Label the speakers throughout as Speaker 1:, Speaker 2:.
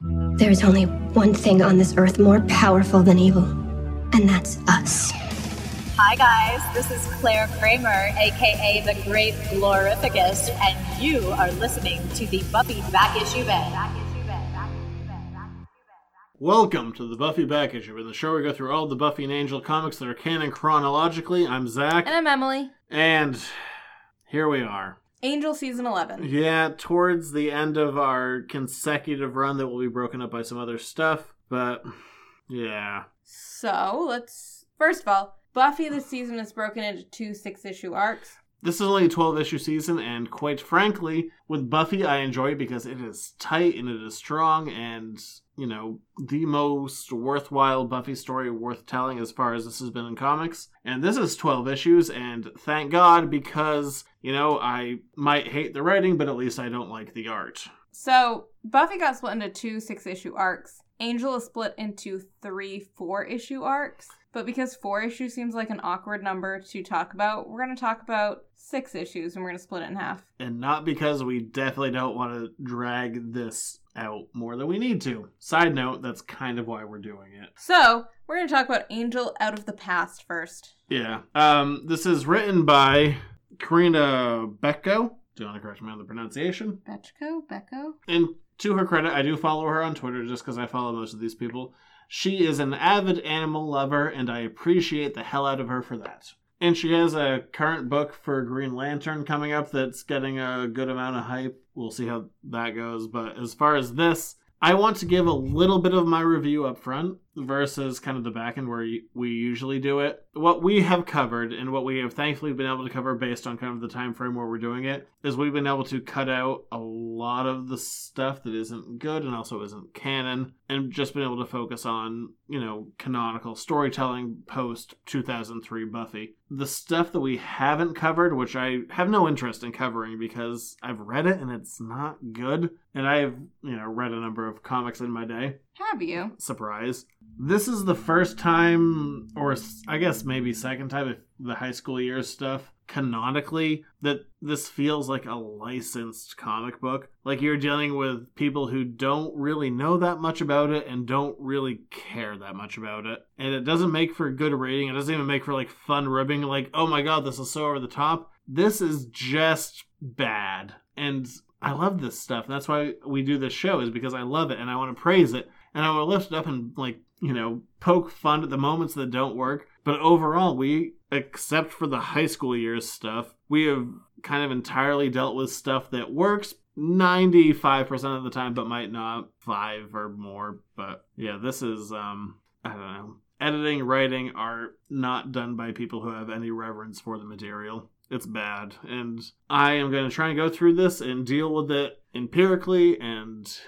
Speaker 1: There is only one thing on this earth more powerful than evil, and that's us.
Speaker 2: Hi, guys. This is Claire Kramer, aka the Great Glorificus, and you are listening to the Buffy Back Issue Bed.
Speaker 3: Welcome to the Buffy Back Issue, in the show we go through all the Buffy and Angel comics that are canon chronologically. I'm Zach,
Speaker 4: And I'm Emily.
Speaker 3: and here we are.
Speaker 4: Angel season 11.
Speaker 3: Yeah, towards the end of our consecutive run that will be broken up by some other stuff, but yeah.
Speaker 4: So let's, first of all, Buffy this season is broken into two six issue arcs.
Speaker 3: This is only a 12 issue season, and quite frankly, with Buffy, I enjoy it because it is tight and it is strong, and, you know, the most worthwhile Buffy story worth telling as far as this has been in comics. And this is 12 issues, and thank God because, you know, I might hate the writing, but at least I don't like the art.
Speaker 4: So Buffy got split into two six issue arcs. Angel is split into three four issue arcs. But because four issues seems like an awkward number to talk about, we're going to talk about six issues and we're going to split it in half.
Speaker 3: And not because we definitely don't want to drag this out more than we need to. Side note, that's kind of why we're doing it.
Speaker 4: So we're going to talk about Angel out of the past first.
Speaker 3: Yeah. Um, this is written by Karina Becko. Do you want to correct me on the pronunciation?
Speaker 4: Betchko? Becco?
Speaker 3: And to her credit, I do follow her on Twitter just because I follow most of these people. She is an avid animal lover, and I appreciate the hell out of her for that. And she has a current book for Green Lantern coming up that's getting a good amount of hype. We'll see how that goes. But as far as this, I want to give a little bit of my review up front versus kind of the back end where y- we usually do it. What we have covered and what we have thankfully been able to cover based on kind of the time frame where we're doing it is we've been able to cut out a lot of the stuff that isn't good and also isn't canon and just been able to focus on, you know, canonical storytelling post 2003 Buffy. The stuff that we haven't covered, which I have no interest in covering because I've read it and it's not good and I've, you know, read a number of comics in my day
Speaker 4: Have you?
Speaker 3: surprise. This is the first time, or s- I guess maybe second time, if the high school years stuff canonically, that this feels like a licensed comic book. Like you're dealing with people who don't really know that much about it and don't really care that much about it. And it doesn't make for good reading. It doesn't even make for like fun ribbing, like, oh my god, this is so over the top. This is just bad. And I love this stuff. That's why we do this show, is because I love it and I want to praise it and I will lift it up and like you know poke fun at the moments that don't work. But overall, we except for the high school years stuff, we have kind of entirely dealt with stuff that works. 95% of the time but might not 5 or more but yeah this is um i don't know editing writing are not done by people who have any reverence for the material it's bad and i am going to try and go through this and deal with it empirically and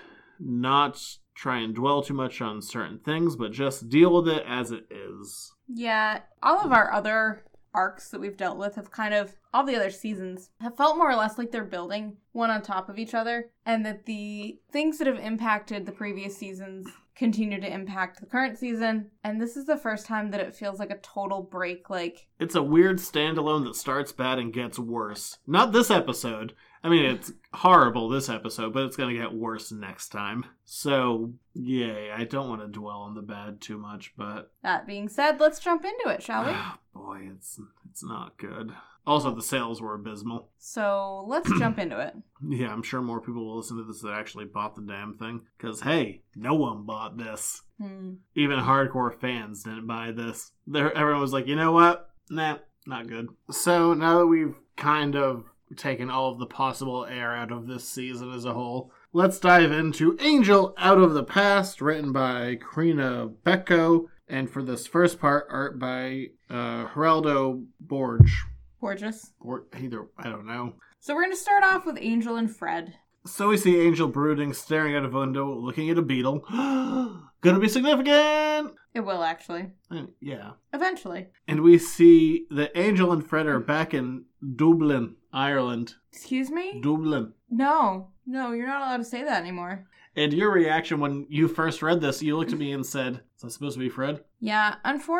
Speaker 3: not try and dwell too much on certain things, but just deal with it as it is.
Speaker 4: Yeah, all of our other arcs that we've dealt with have kind of all the other seasons have felt more or less like they're building one on top of each other and that the things that have impacted the previous seasons continue to impact the current season and this is the first time that it feels like a total break like
Speaker 3: It's a weird standalone that starts bad and gets worse. Not this episode. I mean, it's horrible this episode, but it's going to get worse next time. So, yay. I don't want to dwell on the bad too much, but ah,
Speaker 4: that being said let's jump into it shall we
Speaker 3: boy, it's it's not good. Also, the sales were abysmal.
Speaker 4: so let's jump into it
Speaker 3: Yeah, I'm sure more people will listen to this that actually bought the damn thing. Because, hey, no one bought this.
Speaker 4: hmm.
Speaker 3: even hardcore fans didn't buy this. There, everyone was like, you know what? Nah, not good. So now that we've kind of taken all of the possible air out of this season as a whole, let's dive into Angel Out of the Past, written by Karina Becco, and for this first part, art by uh, Geraldo Borge.
Speaker 4: gorgeous
Speaker 3: Or either, I don't know.
Speaker 4: so we're going to start off with angel and fred
Speaker 3: So we see Angel brooding, staring out a window, looking at a beetle. Gonna be significant!
Speaker 4: it will actually
Speaker 3: Uh, Yeah.
Speaker 4: eventually
Speaker 3: and we see that Angel and Fred are back in Dublin, Ireland.
Speaker 4: excuse me
Speaker 3: Dublin.
Speaker 4: no no you're not allowed to say that anymore
Speaker 3: And your reaction when you first read this, you looked at me and said, Is that supposed to be Fred?
Speaker 4: Yeah,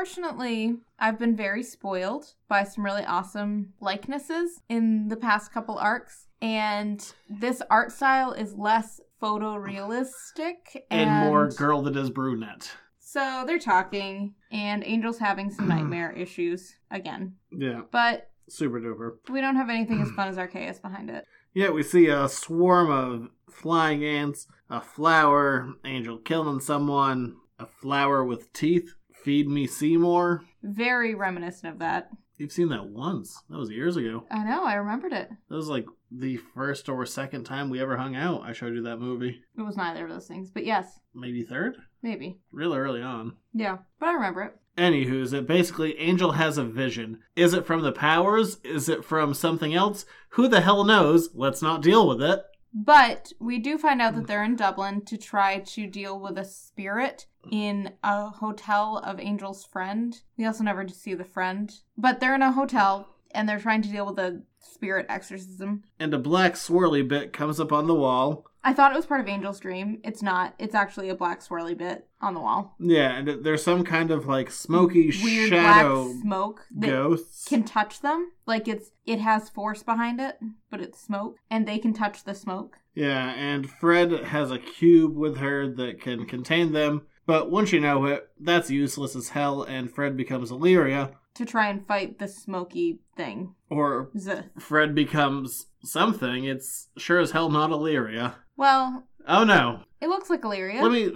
Speaker 4: unfortunately, I've been very spoiled by some really awesome likenesses in the past couple arcs. And this art style is less photorealistic
Speaker 3: and, more girl that is brunette.
Speaker 4: So they're talking, and Angel's having some nightmare issues again.
Speaker 3: Yeah,
Speaker 4: But
Speaker 3: super duper.
Speaker 4: we don't have anything as fun as Arceus behind it.
Speaker 3: Yeah, we see a swarm of flying ants, a flower, Angel killing someone, a flower with teeth. Feed me Seymour.
Speaker 4: Very reminiscent of that.
Speaker 3: You've seen that once. That was years ago.
Speaker 4: I know, I remembered it.
Speaker 3: That was like the first or second time we ever hung out. I showed you that movie.
Speaker 4: It was neither of those things, but yes,
Speaker 3: Maybe third?
Speaker 4: maybe.
Speaker 3: Real early on.
Speaker 4: Yeah, but I remember it.
Speaker 3: Anywho's it basically Angel has a vision. Is it from the powers? Is it from something else? Who the hell knows? Let's not deal with it.
Speaker 4: But we do find out that they're in Dublin to try to deal with a spirit in a hotel of Angel's friend. We also never see the friend, but they're in a hotel and they're trying to deal with a spirit exorcism.
Speaker 3: And a black swirly bit comes up on the wall.
Speaker 4: I thought it was part of Angel's dream. It's not. It's actually a black swirly bit on the wall.
Speaker 3: Yeah, and there's some kind of like smoky
Speaker 4: Weird
Speaker 3: shadow
Speaker 4: black smoke that
Speaker 3: ghosts.
Speaker 4: can touch them. Like it's it has force behind it, but it's smoke and they can touch the smoke.
Speaker 3: Yeah, and Fred has a cube with her that can contain them. But once you know it, that's useless as hell, and Fred becomes Illyria,
Speaker 4: to try and fight the smoky thing.
Speaker 3: or
Speaker 4: Zuh.
Speaker 3: Fred becomes something. It's sure as hell not Illyria.
Speaker 4: Well,
Speaker 3: Oh no,
Speaker 4: it looks like Illyria.
Speaker 3: Let me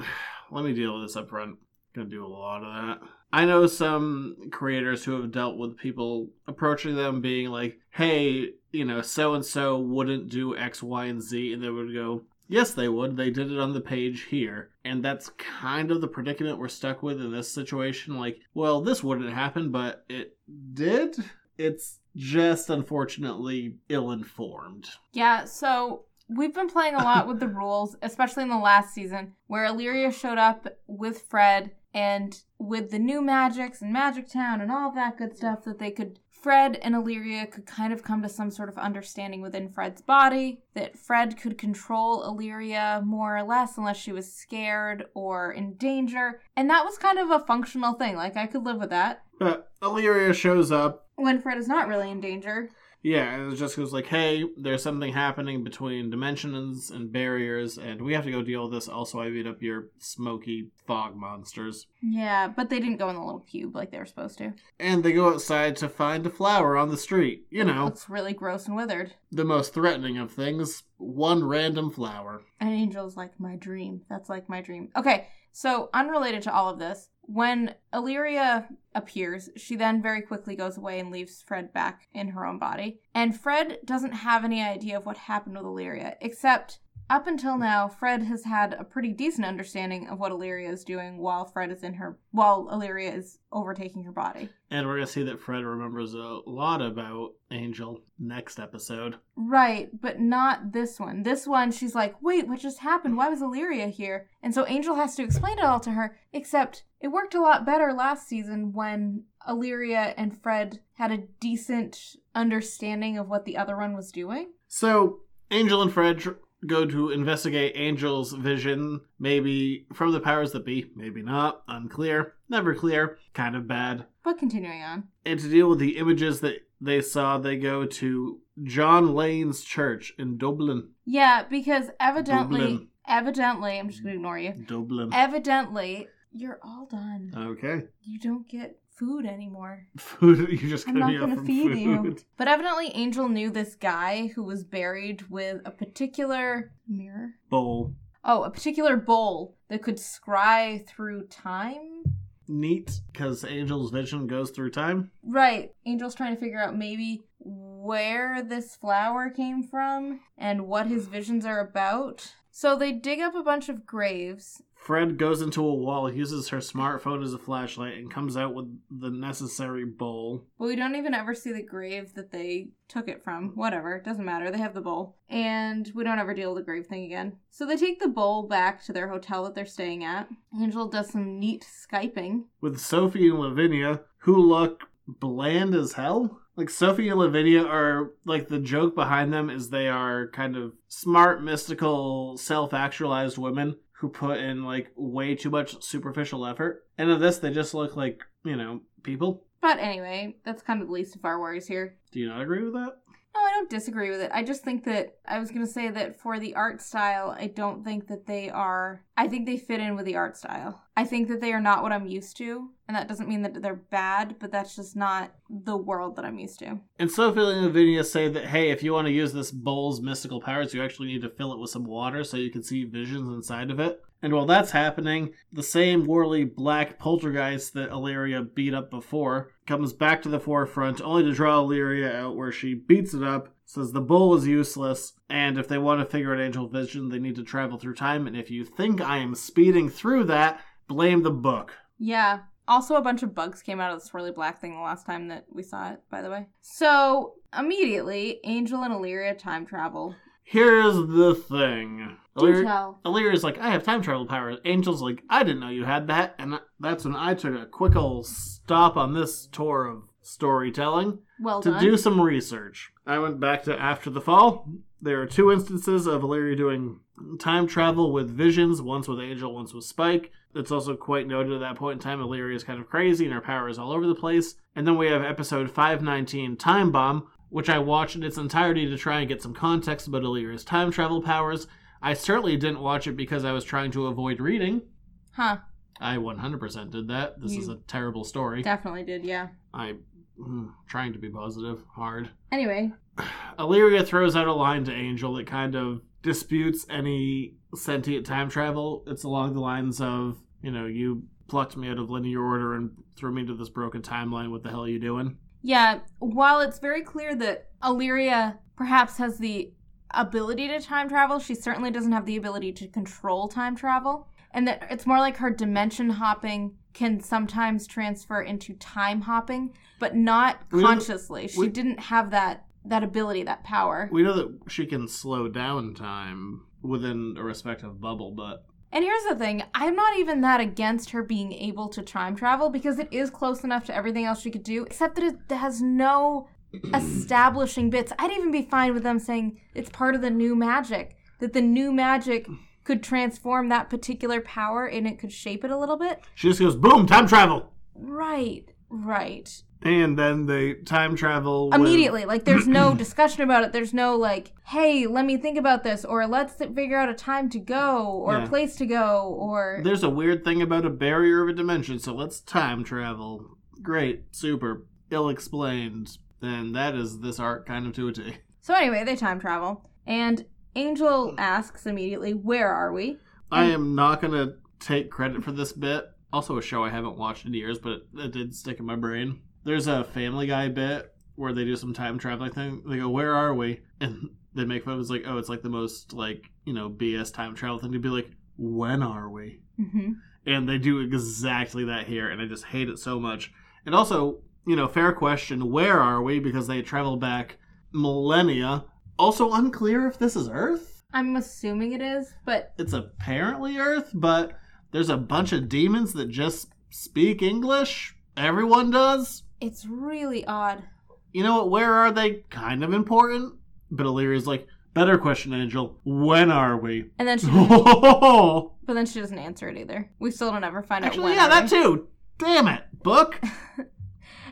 Speaker 3: let me deal with this up front. Gonna do a lot of that. I know some creators who have dealt with people approaching them being like, hey, you know, so and so wouldn't do X, Y, and Z, and they would go, Yes, they would. They did it on the page here. And that's kind of the predicament we're stuck with in this situation. Like, well, this wouldn't happen, but it did. It's just unfortunately ill informed.
Speaker 4: yeah, so we've been playing a lot with the rules, especially in the last season, where Illyria showed up with Fred and with the new magics and Magic Town and all of that good stuff that they could Fred and Illyria could kind of come to some sort of understanding within Fred's body that Fred could control Illyria more or less unless she was scared or in danger. And that was kind of a functional thing. Like I could live with that.
Speaker 3: But Illyria shows up
Speaker 4: when Fred is not really in danger.
Speaker 3: Yeah, and it just goes like, hey, there's something happening between dimensions and barriers, and we have to go deal with this. Also, I beat up your smoky fog monsters.
Speaker 4: Yeah, but they didn't go in the little cube like they were supposed to.
Speaker 3: And they go outside to find a flower on the street. You know,
Speaker 4: It's really gross and withered.
Speaker 3: the most threatening of things one random flower.
Speaker 4: And Angel's like, my dream. That's like my dream. Okay, so unrelated to all of this, when Illyria appears, she then very quickly goes away and leaves Fred back in her own body. And Fred doesn't have any idea of what happened with Illyria, except up until now, Fred has had a pretty decent understanding of what Illyria is doing while Fred is in her while Illyria is overtaking her body.
Speaker 3: And we're going to see that Fred remembers a lot about Angel next episode.
Speaker 4: Right, but not this one. This one, she's like, wait, what just happened? Why was Illyria here? And so Angel has to explain it all to her, except it worked a lot better last season when Illyria and Fred had a decent understanding of what the other one was doing.
Speaker 3: So, Angel and Fred tr- go to investigate Angel's vision, maybe from the powers that be, maybe not, unclear, never clear, kind of bad.
Speaker 4: But continuing on.
Speaker 3: and to deal with the images that they saw, they go to John Lane's church in Dublin.
Speaker 4: Yeah, because evidently,
Speaker 3: Dublin.
Speaker 4: evidently, I'm just going to ignore you.
Speaker 3: Dublin.
Speaker 4: Eh. Evidently, you're all done.
Speaker 3: Okay.
Speaker 4: You don't get food anymore.
Speaker 3: Food. You're just
Speaker 4: I'm
Speaker 3: gonna
Speaker 4: not
Speaker 3: be up
Speaker 4: going to
Speaker 3: from
Speaker 4: feed you.
Speaker 3: food.
Speaker 4: But evidently, Angel knew this guy who was buried with a particular mirror.
Speaker 3: Bowl.
Speaker 4: Oh, a particular bowl that could scry through time.
Speaker 3: Neat, because Angel's vision goes through time.
Speaker 4: Right. Angel's trying to figure out maybe where this flower came from and what his visions are about. So they dig up a bunch of graves.
Speaker 3: Fred goes into a wall, uses her smartphone as a flashlight, and comes out with the necessary bowl.
Speaker 4: But we don't even ever see the grave that they took it from. Whatever, it doesn't matter. They have the bowl. And we don't ever deal with the grave thing again. So they take the bowl back to their hotel that they're staying at. Angel does some neat Skyping.
Speaker 3: with Sophie and Lavinia, who look bland as hell. Like Sophie and Lavinia are like the joke behind them is they are kind of smart, mystical, self-actualized women who put in like way too much superficial effort. And of this, they just look like you know people.
Speaker 4: But anyway, that's kind of the least of our worries here.
Speaker 3: Do you not agree with that?
Speaker 4: No, I don't disagree with it. I just think that I was going to say that for the art style, I don't think that they are. I think they fit in with the art style. I think that they are not what I'm used to. And that doesn't mean that they're bad, but that's just not the world that I'm used to.
Speaker 3: And Sophie and Lavinia say that, hey, if you want to use this bowl's mystical powers, you actually need to fill it with some water so you can see visions inside of it. And while that's happening, the same warly black poltergeist that Illyria beat up before comes back to the forefront, only to draw Illyria out where she beats it up, says the bowl is useless, and if they want to figure out Angel Vision, they need to travel through time, and if you think I am speeding through that, blame the book.
Speaker 4: Yeah. Also, a bunch of bugs came out of the swirly black thing the last time that we saw it, by the way. So, immediately, Angel and Illyria time travel.
Speaker 3: Here's the thing.
Speaker 4: Do
Speaker 3: Illyria,
Speaker 4: tell.
Speaker 3: Illyria's like, I have time travel powers. Angel's like, I didn't know you had that. And that's when I took a quick old stop on this tour of storytelling
Speaker 4: Well
Speaker 3: to
Speaker 4: done.
Speaker 3: do some research. I went back to After the Fall. There are two instances of Illyria doing time travel with visions, once with Angel, once with Spike. It's also quite noted at that point in time, Illyria is kind of crazy and her power is all over the place. And then we have episode 519, Time Bomb, which I watched in its entirety to try and get some context about Illyria's time travel powers. I certainly didn't watch it because I was trying to avoid reading.
Speaker 4: huh.
Speaker 3: I 100% did that. This
Speaker 4: You-
Speaker 3: is a terrible story.
Speaker 4: Definitely did, yeah.
Speaker 3: I'm mm, trying to be positive, hard.
Speaker 4: Anyway,
Speaker 3: Illyria throws out a line to Angel that kind of disputes any sentient time travel. It's along the lines of, you know, you plucked me out of linear order and threw me into this broken timeline. What the hell are you doing?
Speaker 4: Yeah, while it's very clear that Illyria perhaps has the ability to time travel, she certainly doesn't have the ability to control time travel. And that it's more like her dimension hopping can sometimes transfer into time hopping, but not
Speaker 3: We-
Speaker 4: consciously. She
Speaker 3: we-
Speaker 4: didn't have that that ability, that power.
Speaker 3: We know that she can slow down time within a respective bubble, but
Speaker 4: And here's the thing I'm not even that against her being able to time travel because it is close enough to everything else she could do, except that it has no establishing bits. I'd even be fine with them saying it's part of the new magic, that the new magic could transform that particular power and it could shape it a little bit.
Speaker 3: she just goes, boom, time travel!
Speaker 4: Right, right.
Speaker 3: And then they time travel with-
Speaker 4: Immediately, like there's no discussion about it. There's no like, hey, let me think about this, or let's figure out a time to go, or
Speaker 3: Yeah.
Speaker 4: a place to go, or
Speaker 3: There's a weird thing about a barrier of a dimension, so let's time travel. Great, super, ill explained. And that is this art kind of to a T.
Speaker 4: So anyway, they time travel, and Angel
Speaker 3: Hmm.
Speaker 4: asks immediately, "Where are we?"
Speaker 3: I am not going to take credit for this bit. Also, a show I haven't watched in years, but it, it did stick in my brain. There's a Family Guy bit where they do some time traveling thing. They go, "Where are we?" And they make fun of it. it's like, "Oh, it's like the most like you know BS time travel thing to be like, when are we?"
Speaker 4: Mm-hmm.
Speaker 3: And they do exactly that here, and I just hate it so much. And also, you know, fair question, where are we? Because they travel back millennia. Also unclear if this is Earth
Speaker 4: I'm assuming it is, but
Speaker 3: it's apparently Earth, but there's a bunch of demons that just speak English. Everyone does.
Speaker 4: it's really odd.
Speaker 3: You know what? Where are they? Kind of important. But Illyria's like, better question, Angel. When are we?
Speaker 4: And then she,
Speaker 3: Actually,
Speaker 4: but then she doesn't answer it either. We still don't ever find out when.
Speaker 3: yeah,
Speaker 4: are
Speaker 3: that
Speaker 4: we.
Speaker 3: too. Damn it, book.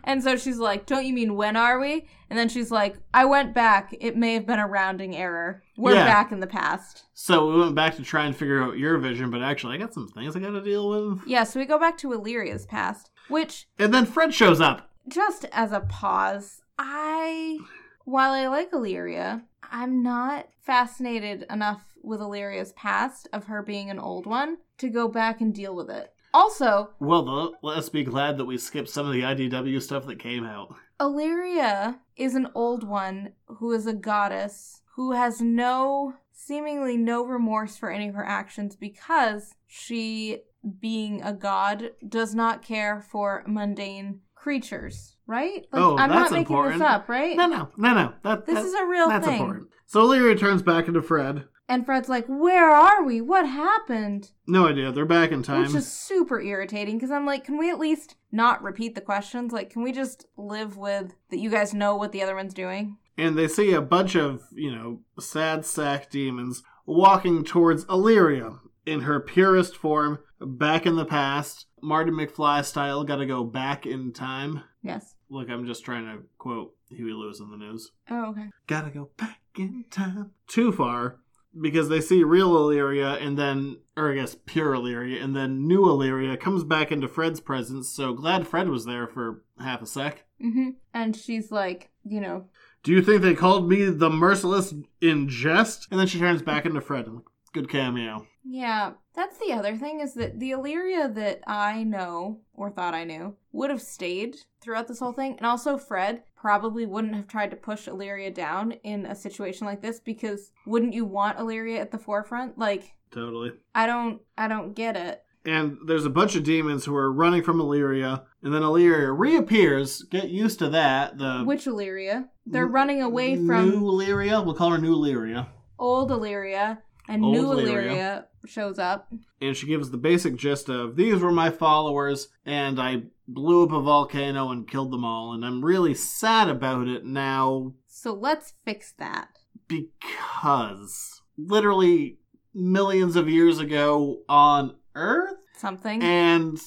Speaker 4: And so she's like, "Don't you mean when are we?" And then she's like, "I went back. It may have been a rounding error. We're
Speaker 3: Yeah.
Speaker 4: back in the past."
Speaker 3: So we went back to try and figure out your vision, but actually, I got some things I got to deal with.
Speaker 4: Yeah, so we go back to Illyria's past, which
Speaker 3: And then Fred shows up.
Speaker 4: just as a pause, I while I like Illyria, I'm not fascinated enough with Illyria's past of her being an old one to go back and deal with it. Also,
Speaker 3: Well, the, let's be glad that we skipped some of the IDW stuff that came out.
Speaker 4: Illyria is an old one who is a goddess who has no seemingly no remorse for any of her actions because she being a god does not care for mundane creatures, right? Like
Speaker 3: Oh,
Speaker 4: I'm
Speaker 3: that's
Speaker 4: not making
Speaker 3: important.
Speaker 4: this up, right?
Speaker 3: No, no, no, no. That,
Speaker 4: This
Speaker 3: that-
Speaker 4: is a real
Speaker 3: That's
Speaker 4: thing.
Speaker 3: important. So Leary turns back into Fred.
Speaker 4: And Fred's like, Where are we? What happened?
Speaker 3: No idea. They're back in time.
Speaker 4: Which is super irritating because I'm like, Can we at least not repeat the questions? Like, can we just live with that you guys know what the other one's doing?
Speaker 3: And they see a bunch of, you know, sad sack demons walking towards Illyria in her purest form, back in the past. Marty McFly style, gotta go back in time.
Speaker 4: Yes.
Speaker 3: Look, I'm just trying to quote Huey Lewis in the news.
Speaker 4: Oh, okay.
Speaker 3: Gotta go back in time. Too far. Because they see real Illyria and then, or I guess pure Illyria, and then new Illyria comes back into Fred's presence. So glad Fred was there for half a sec.
Speaker 4: hmm And she's like, you know,
Speaker 3: Do you think they called me the merciless in jest? And then she turns back into Fred. I'm like, good cameo.
Speaker 4: Yeah, that's the other thing is that the Illyria that I know or thought I knew would have stayed throughout this whole thing, and also Fred probably wouldn't have tried to push Illyria down in a situation like this because wouldn't you want Illyria at the forefront? Like,
Speaker 3: Totally.
Speaker 4: I don't, I don't get it.
Speaker 3: And there's a bunch of demons who are running from Illyria, and then Illyria reappears. Get used to that. The
Speaker 4: Which Illyria? They're running away from
Speaker 3: Um, New Illyria. We'll call her New Illyria.
Speaker 4: old Illyria, and
Speaker 3: Old
Speaker 4: new
Speaker 3: Illyria.
Speaker 4: Illyria shows up.
Speaker 3: and she gives the basic gist of these were my followers and i blew up a volcano and killed them all and i'm really sad about it now
Speaker 4: So let's fix that.
Speaker 3: because literally millions of years ago on earth
Speaker 4: Something.
Speaker 3: and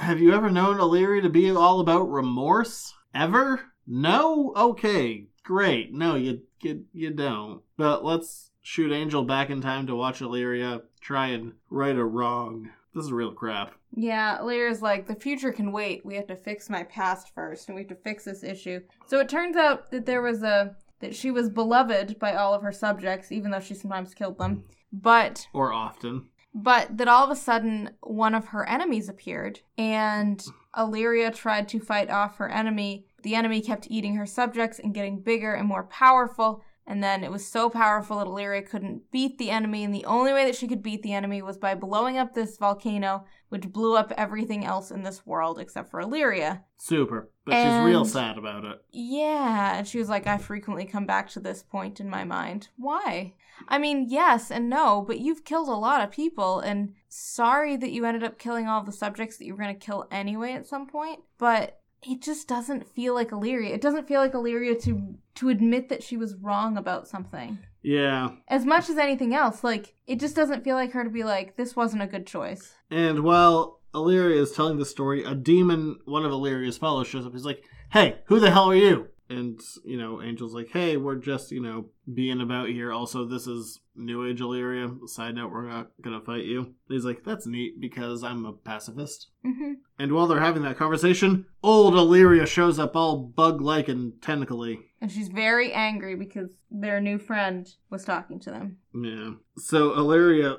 Speaker 3: have you ever known illyria to be all about remorse ever no okay great no you you, you don't but let's shoot angel back in time to watch illyria try and right a wrong this is real crap
Speaker 4: Yeah, Lyra's like, the future can wait. We have to fix my past first, and we have to fix this issue. So it turns out that there was a. that she was beloved by all of her subjects, even though she sometimes killed
Speaker 3: Mm.
Speaker 4: them. But.
Speaker 3: or often.
Speaker 4: but that all of a sudden one of her enemies appeared, and Illyria tried to fight off her enemy. The enemy kept eating her subjects and getting bigger and more powerful. And then it was so powerful that Illyria couldn't beat the enemy, and the only way that she could beat the enemy was by blowing up this volcano, which blew up everything else in this world except for Illyria.
Speaker 3: Super. But
Speaker 4: And-
Speaker 3: she's real sad about it.
Speaker 4: Yeah. And she was like, I frequently come back to this point in my mind. Why? I mean, yes and no, but you've killed a lot of people, and sorry that you ended up killing all the subjects that you were going to kill anyway at some point, but it just doesn't feel like Illyria. It doesn't feel like Illyria to to admit that she was wrong about something.
Speaker 3: Yeah.
Speaker 4: As much as anything else, like it just doesn't feel like her to be like this wasn't a good choice.
Speaker 3: And while Illyria is telling the story, a demon, one of Illyria's fellows, shows up. He's like, hey, who the hell are you? And, you know, Angel's like, hey, we're just, you know, being about here. Also, this is New Age Illyria. Side note, we're not going to fight you. And he's like, that's neat because I'm a pacifist.
Speaker 4: Mhm.
Speaker 3: And while they're having that conversation, old Illyria shows up all bug like and tentacly.
Speaker 4: And she's very angry because their new friend was talking to them.
Speaker 3: Yeah. So Illyria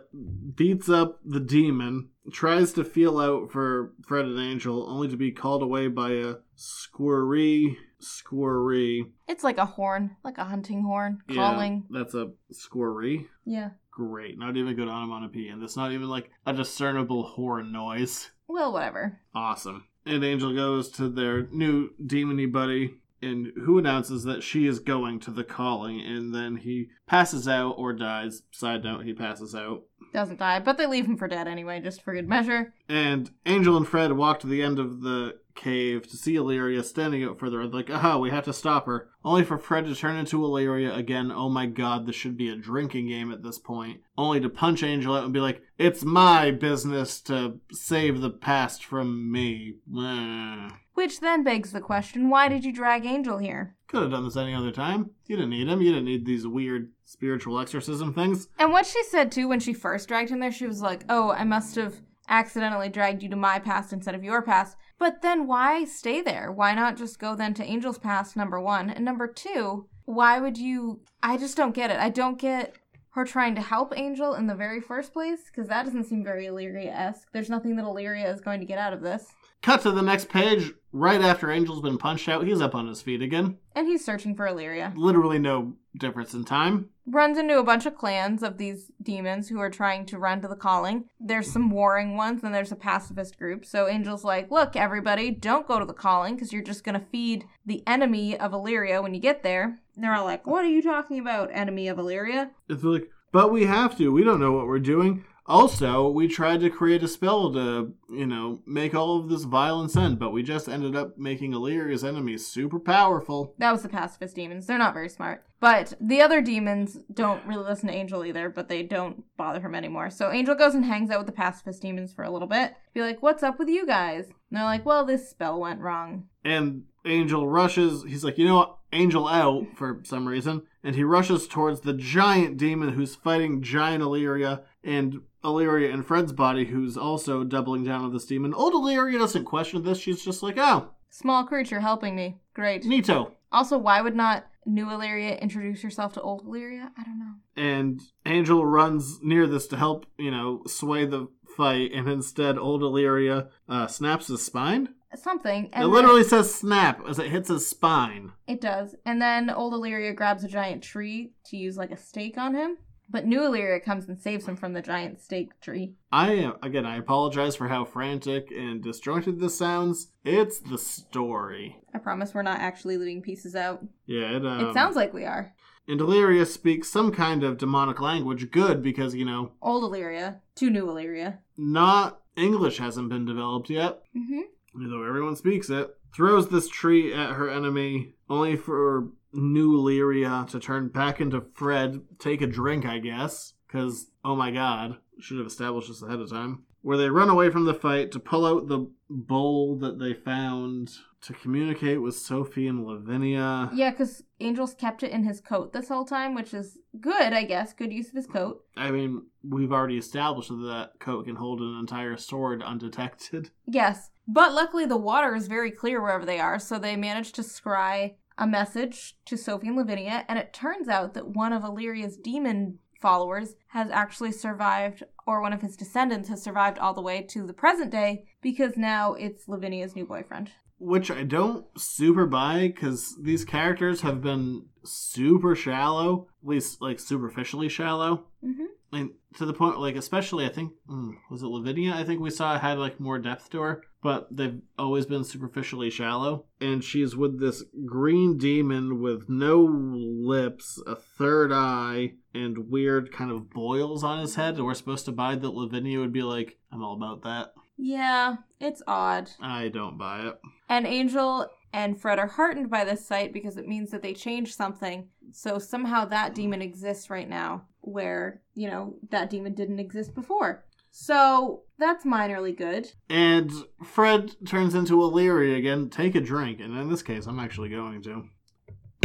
Speaker 3: beats up the demon, tries to feel out for Fred and Angel, only to be called away by a squirry, squirry.
Speaker 4: It's like a horn, like a hunting horn
Speaker 3: Yeah,
Speaker 4: calling.
Speaker 3: that's a squirry.
Speaker 4: Yeah.
Speaker 3: Great. Not even good onomatopoeia, and that's not even like a discernible horn noise.
Speaker 4: Well, whatever.
Speaker 3: Awesome. And Angel goes to their new demony buddy, and who announces that she is going to the calling, and then he passes out or dies. Side note, he passes out.
Speaker 4: Doesn't die, but they leave him for dead anyway, just for good measure.
Speaker 3: And Angel and Fred walk to the end of the cave to see Illyria standing out further. Like, aha, we have to stop her. Only for Fred to turn into Illyria again. Oh my god, this should be a drinking game at this point. Only to punch Angel out and be like, it's my business to save the past from me. Could
Speaker 4: Which then begs the question why did you drag Angel here?
Speaker 3: have done this any other time. You didn't need him. You didn't need these weird spiritual exorcism things.
Speaker 4: And what she said too when she first dragged him there, she was like, oh, I must have accidentally dragged you to my past instead of your past. But then why stay there? Why not just go then to Angel's past, number one? And number two, why would you. I just don't get it. I don't get her trying to help Angel in the very first place, because that doesn't seem very Illyria esque. There's nothing that Illyria is going to get out of this.
Speaker 3: Cut to the next page. Right after Angel's been punched out, he's up on his feet again.
Speaker 4: And he's searching for Illyria.
Speaker 3: Literally no difference in time.
Speaker 4: Runs into a bunch of clans of these demons who are trying to run to the calling. There's some warring ones, and there's a pacifist group. So Angel's like, Look, everybody, don't go to the calling because you're just going to feed the enemy of Illyria when you get there. And they're all like, What are you talking about, enemy of Illyria?
Speaker 3: It's like, but we have to. We don't know what we're doing. Also, we tried to create a spell to, you know, make all of this violence end, but we just ended up making Illyria's enemies super powerful.
Speaker 4: That was the pacifist demons. They're not very smart. But the other demons don't really listen to Angel either, but they don't bother him anymore. So Angel goes and hangs out with the pacifist demons for a little bit. Be like, What's up with you guys? And they're like, Well, this spell went wrong.
Speaker 3: And Angel rushes. He's like, you know what? Angel out for some reason. And he rushes towards the giant demon who's fighting giant Illyria and Illyria and Fred's body, who's also doubling down on this demon. Old Illyria doesn't question this. She's just like, oh,
Speaker 4: Small creature helping me. Great.
Speaker 3: Nito.
Speaker 4: Also, why would not new Illyria introduce herself to old Illyria? I don't know.
Speaker 3: and Angel runs near this to help, you know, sway the fight, and instead old Illyria uh, snaps his spine.
Speaker 4: Something.
Speaker 3: it
Speaker 4: And
Speaker 3: literally says snap as it hits his spine.
Speaker 4: It does. And then old Illyria grabs a giant tree to use like a stake on him. But new Illyria comes and saves him from the giant stake tree.
Speaker 3: I am again I apologize for how frantic and disjointed this sounds. It's the story.
Speaker 4: I promise we're not actually leaving pieces out.
Speaker 3: Yeah, it, um,
Speaker 4: it sounds like we are.
Speaker 3: And Illyria speaks some kind of demonic language, good because, you know,
Speaker 4: Old Illyria to new Illyria.
Speaker 3: not English hasn't been developed yet.
Speaker 4: Mm-hmm.
Speaker 3: though everyone speaks it, throws this tree at her enemy, only for New Lyria to turn back into Fred, take a drink, I guess, because, oh my god, should have established this ahead of time. Where they run away from the fight to pull out the bowl that they found to communicate with Sophie and Lavinia.
Speaker 4: Yeah, because Angel's kept it in his coat this whole time, which is good, I guess. Good use of his coat.
Speaker 3: I mean, we've already established that Coat can hold an entire sword undetected.
Speaker 4: Yes. But luckily, the water is very clear wherever they are, so they managed to scry a message to Sophie and Lavinia, and it turns out that one of Illyria's demon followers has actually survived, or one of his descendants has survived all the way to the present day, because now it's Lavinia's new boyfriend.
Speaker 3: which I don't super buy because these characters have been super shallow, at least like superficially shallow,
Speaker 4: Mm-hmm.
Speaker 3: and to the point like especially I think mm, was it Lavinia? I think we saw had like more depth to her, but they've always been superficially shallow. And she's with this green demon with no lips, a third eye, and weird kind of boils on his head. And we're supposed to buy that Lavinia would be like, "I'm all about that."
Speaker 4: Yeah, it's odd.
Speaker 3: I don't buy it.
Speaker 4: And Angel and Fred are heartened by this sight because it means that they changed something. So somehow that demon exists right now where, you know, that demon didn't exist before. So that's minorly good.
Speaker 3: And Fred turns into Illyria again. Take a drink, and in this case, I'm actually going to.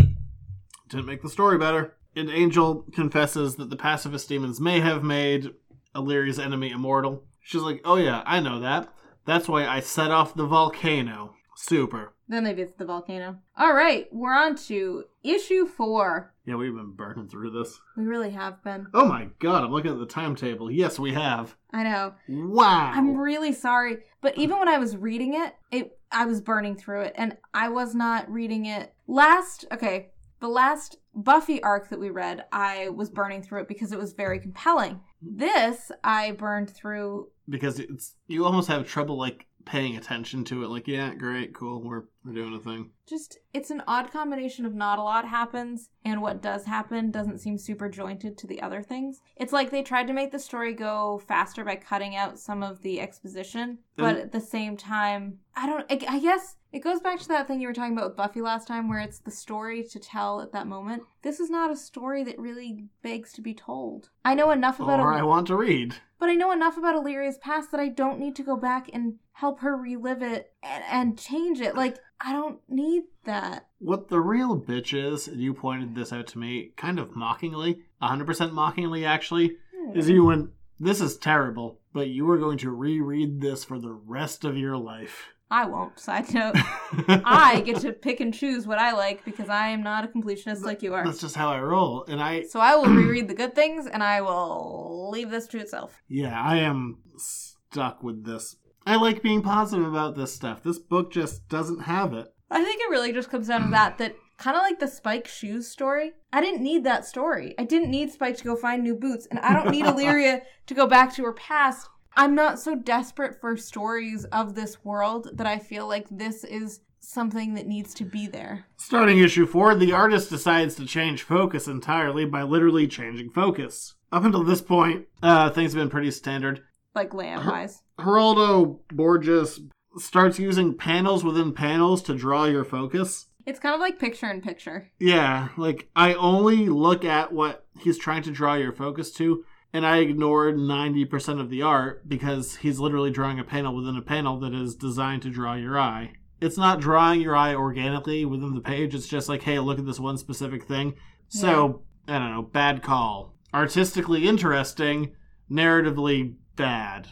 Speaker 3: Didn't make the story better. And Angel confesses that the pacifist demons may have made Illyria's enemy immortal. She's like, "Oh yeah, I know that. That's why I set off the volcano." Super.
Speaker 4: Then they visit the volcano. All right, we're on to issue four.
Speaker 3: Yeah, we've been burning through this.
Speaker 4: We really have been.
Speaker 3: Oh my god, I'm looking at the timetable. Yes, we have.
Speaker 4: I know.
Speaker 3: Wow.
Speaker 4: I'm really sorry, but even when I was reading it, it I was burning through it and I was not reading it last okay, the last Buffy arc that we read, I was burning through it because it was very compelling. This I burned through
Speaker 3: because it's you almost have trouble like paying attention to it. Like, yeah, great, cool, we're we're doing a thing.
Speaker 4: just it's an odd combination of not a lot happens and what does happen doesn't seem super jointed to the other things. It's like they tried to make the story go faster by cutting out some of the exposition, but
Speaker 3: Mhm.
Speaker 4: at the same time, I don't I, I guess it goes back to that thing you were talking about with Buffy last time where it's the story to tell at that moment. This is not a story that really begs to be told. I know enough about
Speaker 3: or
Speaker 4: it.
Speaker 3: I want to read.
Speaker 4: But I know enough about Illyria's past that I don't need to go back and help her relive it and, and change it. Like, I don't need that.
Speaker 3: What the real bitch is, and you pointed this out to me kind of mockingly, 100% mockingly actually, is you went, This is terrible, but you are going to reread this for the rest of your life.
Speaker 4: I won't. Side note. I get to pick and choose what I like because I am not a completionist like you are.
Speaker 3: That's just how I roll. And I,
Speaker 4: So I will reread the good things and I will leave this to itself.
Speaker 3: yeah, I am stuck with this. I like being positive about this stuff. This book just doesn't have it.
Speaker 4: I think it really just comes down to that that kind of like the Spike shoes story. I didn't need that story. I didn't need Spike to go find new boots, and I don't need Illyria to go back to her past. I'm not so desperate for stories of this world that I feel like this is something that needs to be there.
Speaker 3: Starting issue four, the artist decides to change focus entirely by literally changing focus. Up until this point, uh, things have been pretty standard.
Speaker 4: Like land wise.
Speaker 3: Geraldo Borges starts using panels within panels to draw your focus.
Speaker 4: It's kind of like picture in picture.
Speaker 3: Yeah, like I only look at what he's trying to draw your focus to, and I ignore 90% of the art because he's literally drawing a panel within a panel that is designed to draw your eye. it's not drawing your eye organically within the page. It's just like, hey, look at this one specific thing. So, I don't know, bad call. Artistically interesting, narratively bad.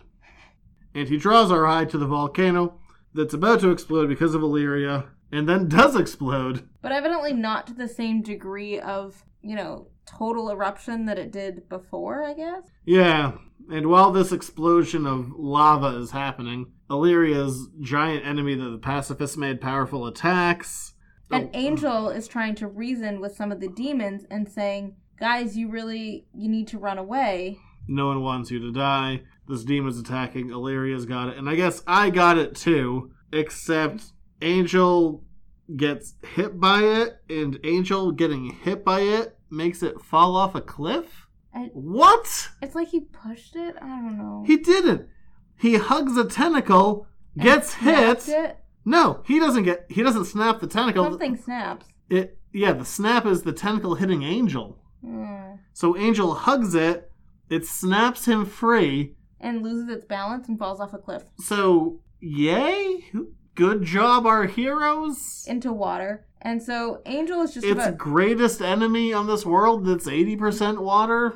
Speaker 3: And he draws our eye to the volcano that's about to explode because of Illyria, and then does explode.
Speaker 4: But evidently not to the same degree of, you know, total eruption that it did before, I guess.
Speaker 3: Yeah, and while this explosion of lava is happening, Illyria's giant enemy that the pacifists made powerful attacks.
Speaker 4: And
Speaker 3: Oh,
Speaker 4: Angel is trying to reason with some of the demons and saying, "Guys, you really you need to run away."
Speaker 3: No one wants you to die. This demon's attacking. Illyria's got it. And I guess I got it too. Except Angel gets hit by it, and Angel getting hit by it makes it fall off a cliff?
Speaker 4: I-
Speaker 3: What?
Speaker 4: It's like he pushed it. I don't know.
Speaker 3: He didn't. He hugs a tentacle, gets
Speaker 4: Snapped
Speaker 3: hit.
Speaker 4: It.
Speaker 3: No, he doesn't get he doesn't snap the tentacle.
Speaker 4: Something snaps.
Speaker 3: It yeah, the snap is the tentacle hitting Angel.
Speaker 4: Mm.
Speaker 3: So Angel hugs it, it snaps him free,
Speaker 4: And loses its balance and falls off a cliff
Speaker 3: So, yay! Good job, our heroes!
Speaker 4: into water. And so Angel is just
Speaker 3: Its
Speaker 4: about
Speaker 3: greatest enemy on this world that's 80% water?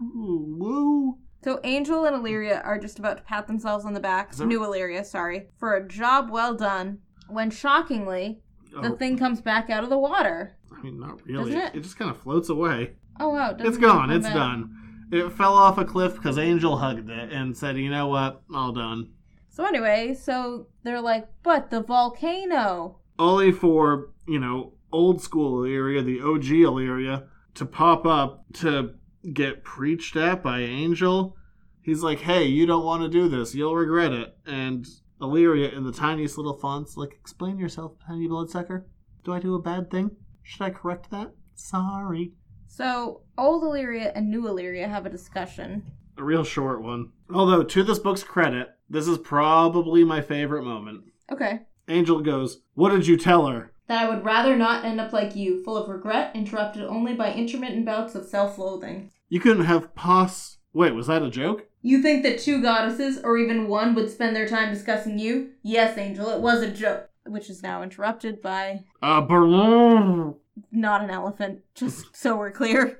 Speaker 3: Woo!
Speaker 4: So Angel and Illyria are just about to pat themselves on the back.
Speaker 3: Is that-
Speaker 4: New Illyria, sorry. For a job well done. When shockingly, the
Speaker 3: Oh,
Speaker 4: thing comes back out of the water.
Speaker 3: I mean, not really.
Speaker 4: Doesn't
Speaker 3: It?
Speaker 4: it?
Speaker 3: just kind of floats away.
Speaker 4: Oh wow, it doesn't
Speaker 3: it's gone.
Speaker 4: come
Speaker 3: It's
Speaker 4: back.
Speaker 3: done. It fell off a cliff because Angel hugged it and said, you know what? All done.
Speaker 4: So anyway, so they're like, but the volcano.
Speaker 3: Only for, you know, old school Illyria, the OG Illyria, to pop up to get preached at by Angel. He's like, hey, you don't want to do this. You'll regret it. And Illyria, in the tiniest little fonts, like, explain yourself, tiny bloodsucker. Do I do a bad thing? Should I correct that? Sorry.
Speaker 4: So old Illyria and new Illyria have a discussion.
Speaker 3: A real short one. Although, to this book's credit, this is probably my favorite moment.
Speaker 4: Okay.
Speaker 3: Angel goes, What did you tell her?
Speaker 4: That I would rather not end up like you, full of regret, interrupted only by intermittent bouts of self loathing.
Speaker 3: You couldn't have pos. Wait, was that a joke?
Speaker 4: You think that two goddesses, or even one, would spend their time discussing you? Yes, Angel, it was a joke. Which is now interrupted by
Speaker 3: Uh, brrrr.
Speaker 4: not an elephant, just so we're clear.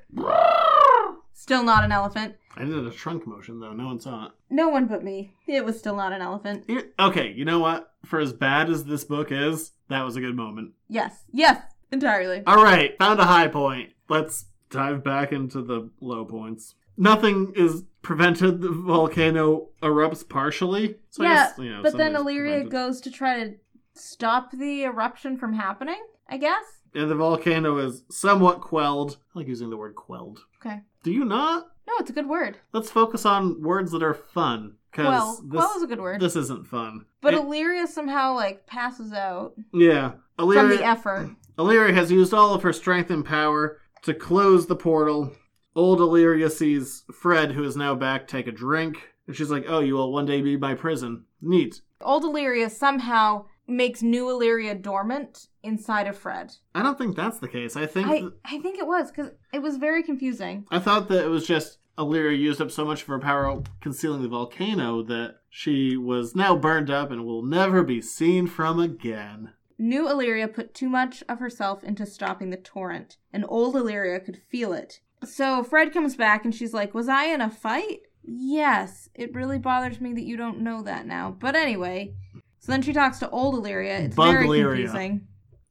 Speaker 4: Still not an elephant.
Speaker 3: I did a trunk motion though. No one saw it.
Speaker 4: No one but me. It was still not an elephant.
Speaker 3: Here- Okay, you know what? For as bad as this book is, that was a good moment.
Speaker 4: Yes, yes, entirely.
Speaker 3: All right, found a high point. Let's dive back into the low points. Nothing is prevented. The volcano erupts partially. So I
Speaker 4: yeah,
Speaker 3: guess, you know,
Speaker 4: but then
Speaker 3: something's
Speaker 4: Illyria
Speaker 3: prevented.
Speaker 4: goes to try to stop the eruption from happening, I guess.
Speaker 3: and the volcano is somewhat quelled. I like using the word quelled.
Speaker 4: Okay.
Speaker 3: Do you not?
Speaker 4: No, it's a good word.
Speaker 3: Let's focus on words that are fun.
Speaker 4: Quell.
Speaker 3: Because
Speaker 4: Quell is a good word.
Speaker 3: this isn't fun.
Speaker 4: but
Speaker 3: It-
Speaker 4: Illyria somehow, like, passes out
Speaker 3: yeah, Illyria,
Speaker 4: from the effort.
Speaker 3: Illyria has used all of her strength and power to close the portal. Old Illyria sees Fred, who is now back, take a drink, and she's like, Oh, you will one day be my prison. Neat.
Speaker 4: Old Illyria somehow makes new Illyria dormant inside of Fred.
Speaker 3: I don't think that's the case. I think
Speaker 4: I,
Speaker 3: th-
Speaker 4: I think it was, because it was very confusing.
Speaker 3: I thought that it was just Illyria used up so much of her power concealing the volcano that she was now burned up and will never be seen from again.
Speaker 4: New Illyria put too much of herself into stopping the torrent, and old Illyria could feel it. So Fred comes back and she's like, Was I in a fight? Yes, it really bothers me that you don't know that now. But anyway, so then she talks to old Illyria. It's
Speaker 3: Bug
Speaker 4: very
Speaker 3: Illyria.
Speaker 4: confusing.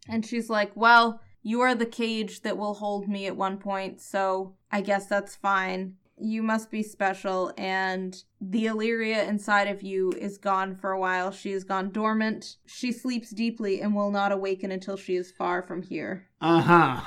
Speaker 4: And she's like, Well, you are the cage that will hold me at one point, so I guess that's fine. You must be special, and the Illyria inside of you is gone for a while. She is gone dormant. She sleeps deeply and will not awaken until she is far from here.
Speaker 3: Uh huh.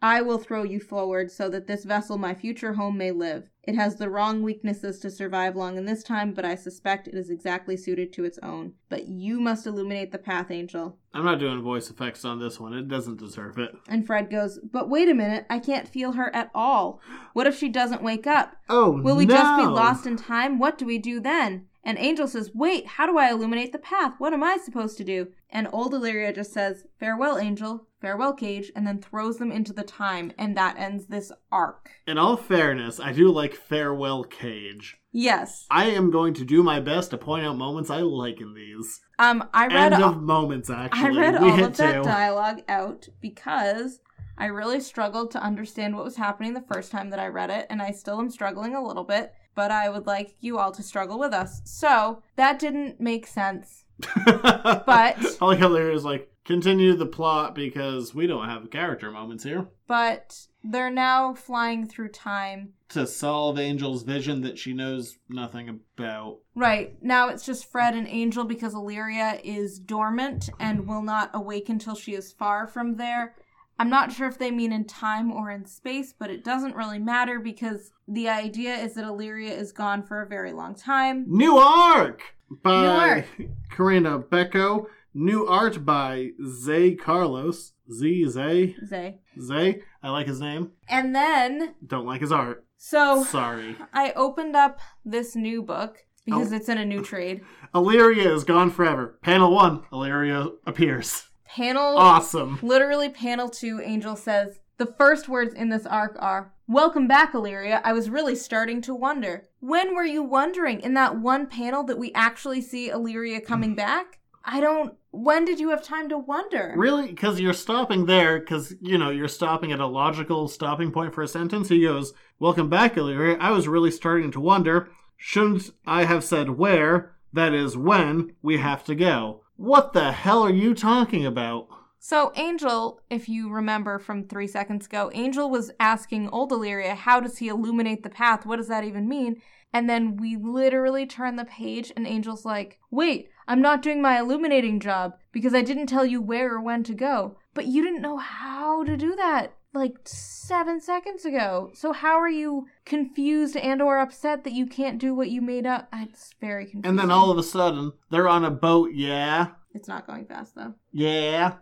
Speaker 4: I will throw you forward so that this vessel, my future home, may live. It has the wrong weaknesses to survive long in this time, but I suspect it is exactly suited to its own. But you must illuminate the path, Angel.
Speaker 3: I'm not doing voice effects on this one. It doesn't deserve it.
Speaker 4: And Fred goes, But wait a minute, I can't feel her at all. What if she doesn't wake up?
Speaker 3: Oh,
Speaker 4: Will we just be
Speaker 3: no.
Speaker 4: lost in time? What do we do then? And Angel says, Wait, how do I illuminate the path? What am I supposed to do? And old Illyria just says, Farewell, Angel, farewell, Cage, and then throws them into the time, and that ends this arc.
Speaker 3: In all fairness, I do like Farewell Cage.
Speaker 4: Yes.
Speaker 3: I am going to do my best to point out moments I like in these.
Speaker 4: Um, I read
Speaker 3: End
Speaker 4: all,
Speaker 3: of moments,
Speaker 4: I
Speaker 3: actually.
Speaker 4: read
Speaker 3: we
Speaker 4: all
Speaker 3: hit
Speaker 4: of that
Speaker 3: two.
Speaker 4: dialogue out because I really struggled to understand what was happening the first time that I read it, and I still am struggling a little bit. But I would like you all to struggle with us. So that didn't make sense.
Speaker 3: but I like how there is like continue the plot because we don't have character moments here
Speaker 4: But they're now flying through time
Speaker 3: to solve Angel's vision that she knows nothing about.
Speaker 4: Right. Now it's just Fred and Angel because Illyria is dormant and will not awake until she is far from there. I'm not sure if they mean in time or in space, but it doesn't really matter because the idea is that Illyria is gone for a very long time.
Speaker 3: New Arc by
Speaker 4: Art.
Speaker 3: Karina Becco. New art by Zay Carlos. Z Zay
Speaker 4: Zay.
Speaker 3: Zay. I like his name.
Speaker 4: And then,
Speaker 3: Don't like his art.
Speaker 4: so
Speaker 3: Sorry.
Speaker 4: I opened up this new book because
Speaker 3: Oh.
Speaker 4: it's in a new trade.
Speaker 3: Illyria is gone forever. Panel one. Illyria appears.
Speaker 4: Panel
Speaker 3: Oh, Awesome.
Speaker 4: Literally, panel two, Angel says, The first words in this arc are, Welcome back, Illyria. I was really starting to wonder. When were you wondering in that one panel that we actually see Illyria coming back? I don't. When did you have time to wonder?
Speaker 3: Really? Because you're stopping there, because, you know, you're stopping at a logical stopping point for a sentence. He goes, Welcome back, Illyria. I was really starting to wonder, shouldn't I have said where, that is when, we have to go? What the hell are you talking about?
Speaker 4: So, Angel, if you remember from three seconds ago, Angel was asking old Illyria, How does he illuminate the path? What does that even mean? And then we literally turn the page, and Angel's like, Wait, I'm not doing my illuminating job because I didn't tell you where or when to go. But you didn't know how to do that like seven seconds ago. So how are you confused and or upset that you can't do what you made up? Ah, It's very confusing.
Speaker 3: And then all of a sudden, they're on a boat, yeah?
Speaker 4: It's not going fast though
Speaker 3: Yeah?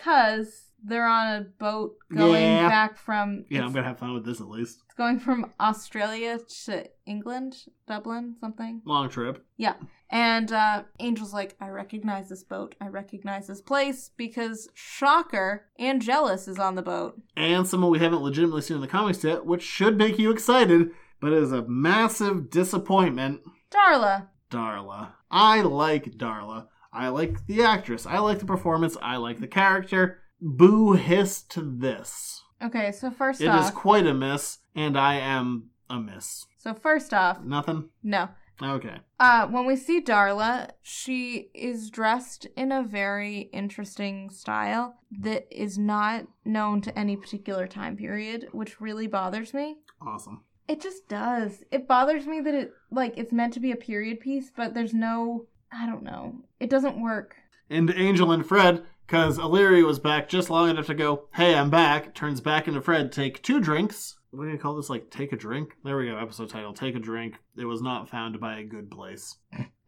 Speaker 4: because they're on a boat going
Speaker 3: Yeah.
Speaker 4: back from
Speaker 3: Yeah, I'm gonna have fun with this at least.
Speaker 4: it's going from Australia to England, Dublin, something.
Speaker 3: Long trip.
Speaker 4: Yeah. And uh, Angel's like, I recognize this boat. I recognize this place because Shocker and Jealous is on the boat.
Speaker 3: And someone we haven't legitimately seen in the comics yet, which should make you excited, but is a massive disappointment.
Speaker 4: Darla.
Speaker 3: Darla. I like Darla. I like the actress. I like the performance. I like the character. Boo hiss to this.
Speaker 4: Okay, so first
Speaker 3: It
Speaker 4: off,
Speaker 3: is quite a miss, and I am a miss.
Speaker 4: so first off,
Speaker 3: Nothing?
Speaker 4: no.
Speaker 3: Okay.
Speaker 4: Uh, when we see Darla, she is dressed in a very interesting style that is not known to any particular time period, which really bothers me.
Speaker 3: Awesome.
Speaker 4: It just does. It bothers me that it like it's meant to be a period piece, but there's no I don't know. It doesn't work.
Speaker 3: And Angel and Fred, because O'Leary was back just long enough to go, hey, I'm back, turns back into Fred, take two drinks. What do you call this? Like, take a drink? There we go. Episode title, take a drink. It was not found by a good place.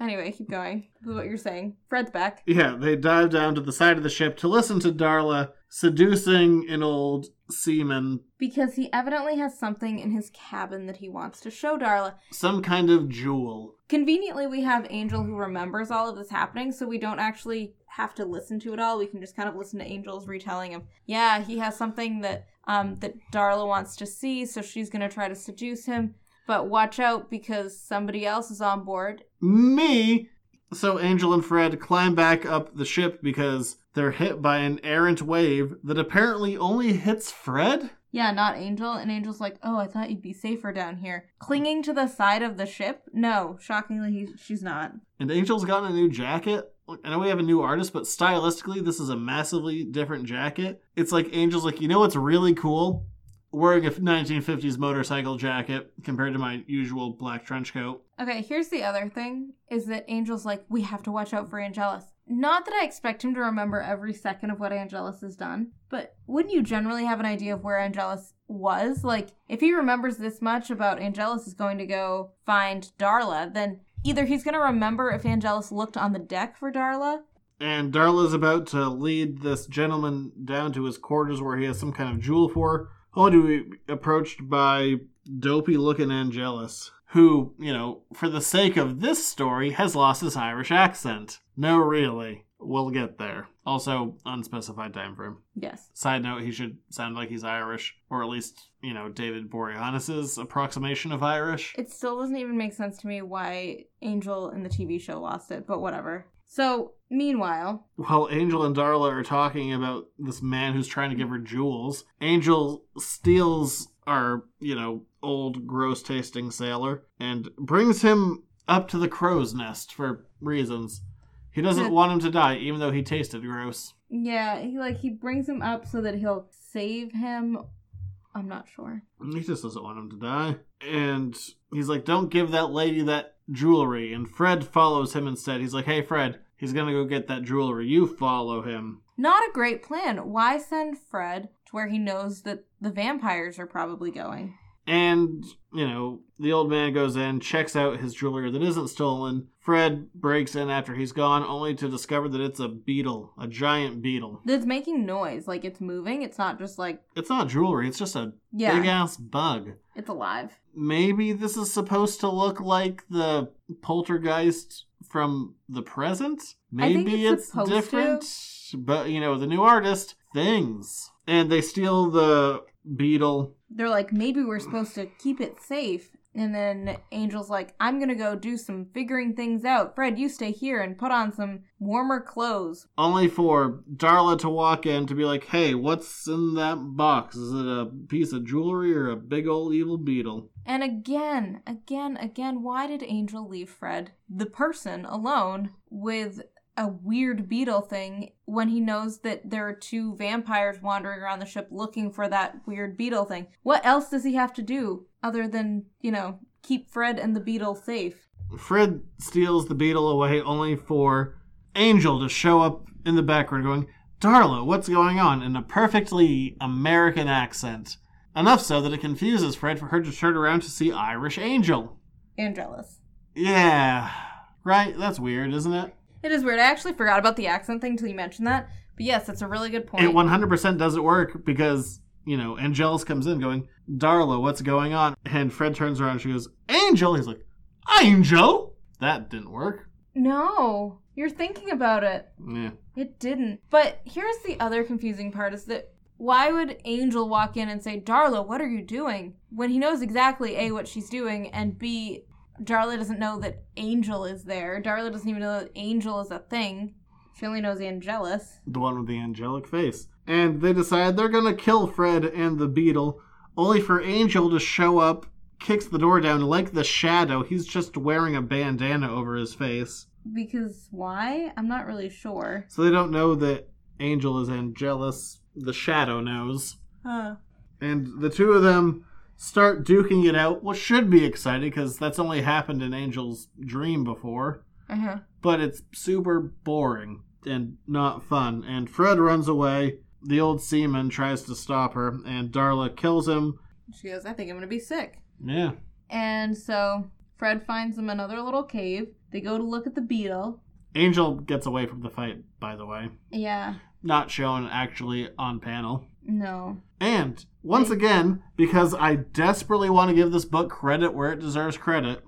Speaker 4: Anyway, keep going. This is what you're saying. Fred's back.
Speaker 3: Yeah, they dive down to the side of the ship to listen to Darla seducing an old seaman,
Speaker 4: Because he evidently has something in his cabin that he wants to show Darla.
Speaker 3: some kind of jewel.
Speaker 4: Conveniently, we have Angel who remembers all of this happening, so we don't actually have to listen to it all. We can just kind of listen to Angel's retelling of, yeah, he has something that um that Darla wants to see, so she's gonna try to seduce him. But watch out because somebody else is on board.
Speaker 3: Me! So Angel and Fred climb back up the ship because they're hit by an errant wave that apparently only hits Fred?
Speaker 4: Yeah, not Angel. And Angel's like, oh, I thought you'd be safer down here. Clinging to the side of the ship? No, shockingly, he, she's not.
Speaker 3: And Angel's gotten a new jacket. Look, I know we have a new artist, but stylistically, this is a massively different jacket. It's like Angel's like, you know what's really cool? Wearing a 1950s motorcycle jacket compared to my usual black trench coat.
Speaker 4: Okay, here's the other thing is that Angel's like, we have to watch out for Angelus. Not that I expect him to remember every second of what Angelus has done, but wouldn't you generally have an idea of where Angelus was? Like, if he remembers this much about Angelus is going to go find Darla, then either he's going to remember if Angelus looked on the deck for Darla.
Speaker 3: And Darla's about to lead this gentleman down to his quarters where he has some kind of jewel for. her, Only to be approached by dopey looking Angelus, who, you know, for the sake of this story, has lost his Irish accent. No, really. We'll get there. Also, unspecified time frame.
Speaker 4: Yes.
Speaker 3: Side note, he should sound like he's Irish, or at least, you know, David Boreanaz's approximation of Irish.
Speaker 4: It still doesn't even make sense to me why Angel in the TV show lost it, but whatever. So, meanwhile,
Speaker 3: While Angel and Darla are talking about this man who's trying to give her jewels, Angel steals our, you know, old gross tasting sailor and brings him up to the crow's nest for reasons. He doesn't
Speaker 4: Yeah.
Speaker 3: want him to die, even though he tasted gross.
Speaker 4: yeah, he like he brings him up so that he'll save him. I'm not sure.
Speaker 3: He just doesn't want him to die. And he's like, don't give that lady that jewelry. And Fred follows him instead. He's like, hey, Fred, he's going to go get that jewelry. You follow him.
Speaker 4: Not a great plan. Why send Fred to where he knows that the vampires are probably going?
Speaker 3: And, you know, the old man goes in, checks out his jewelry that isn't stolen. Fred breaks in after he's gone, only to discover that it's a beetle, a giant beetle.
Speaker 4: It's making noise, like it's moving. It's not just like
Speaker 3: It's not jewelry, it's just a
Speaker 4: yeah,
Speaker 3: big ass bug.
Speaker 4: it's alive.
Speaker 3: Maybe this is supposed to look like the poltergeist from the present?
Speaker 4: I think
Speaker 3: Maybe
Speaker 4: it's
Speaker 3: it's,
Speaker 4: supposed
Speaker 3: different, but you know, the new artist, things. And they steal the beetle.
Speaker 4: They're like maybe we're supposed to keep it safe. And then Angel's like, I'm gonna go do some figuring things out. Fred, you stay here and put on some warmer clothes.
Speaker 3: Only for Darla to walk in to be like, hey, what's in that box? Is it a piece of jewelry or a big old evil beetle?
Speaker 4: And again, again, again, why did Angel leave Fred, the person, alone with a weird beetle thing when he knows that there are two vampires wandering around the ship looking for that weird beetle thing? What else does he have to do other than, you know, keep Fred and the beetle safe?
Speaker 3: Fred steals the beetle away only for Angel to show up in the background going, Darla, what's going on? in a perfectly American accent. Enough so that it confuses Fred for her to turn around to see Irish Angel.
Speaker 4: And jealous.
Speaker 3: Yeah. Right? That's weird, isn't it?
Speaker 4: It is weird. I actually forgot about the accent thing till you mentioned that. But yes, it's a really good point.
Speaker 3: It 100% doesn't work because, you know, Angelus comes in going, Darla, what's going on? And Fred turns around and she goes, Angel? He's like, Angel? That didn't work.
Speaker 4: no, you're thinking about it.
Speaker 3: Yeah.
Speaker 4: It didn't. But here's the other confusing part is that why would Angel walk in and say, Darla, what are you doing? When he knows exactly A, what she's doing, and B, Darla doesn't know that Angel is there. Darla doesn't even know that Angel is a thing. She only knows Angelus.
Speaker 3: the one with the angelic face. And they decide they're gonna kill Fred and the beetle, only for Angel to show up, kicks the door down like the shadow. He's just wearing a bandana over his face.
Speaker 4: Because why? I'm not really sure.
Speaker 3: So they don't know that Angel is Angelus. The shadow knows.
Speaker 4: Huh.
Speaker 3: And the two of them start duking it out, what should be exciting because that's only happened in Angel's dream before.
Speaker 4: Uh-huh.
Speaker 3: but it's super boring and not fun. And Fred runs away. The old seaman tries to stop her, and Darla kills him.
Speaker 4: She goes, I think I'm going to be sick.
Speaker 3: Yeah.
Speaker 4: And so Fred finds them another little cave. They go to look at the beetle.
Speaker 3: Angel gets away from the fight, by the way.
Speaker 4: Yeah.
Speaker 3: Not shown actually on panel.
Speaker 4: No.
Speaker 3: And once again, because I desperately want to give this book credit where it deserves credit,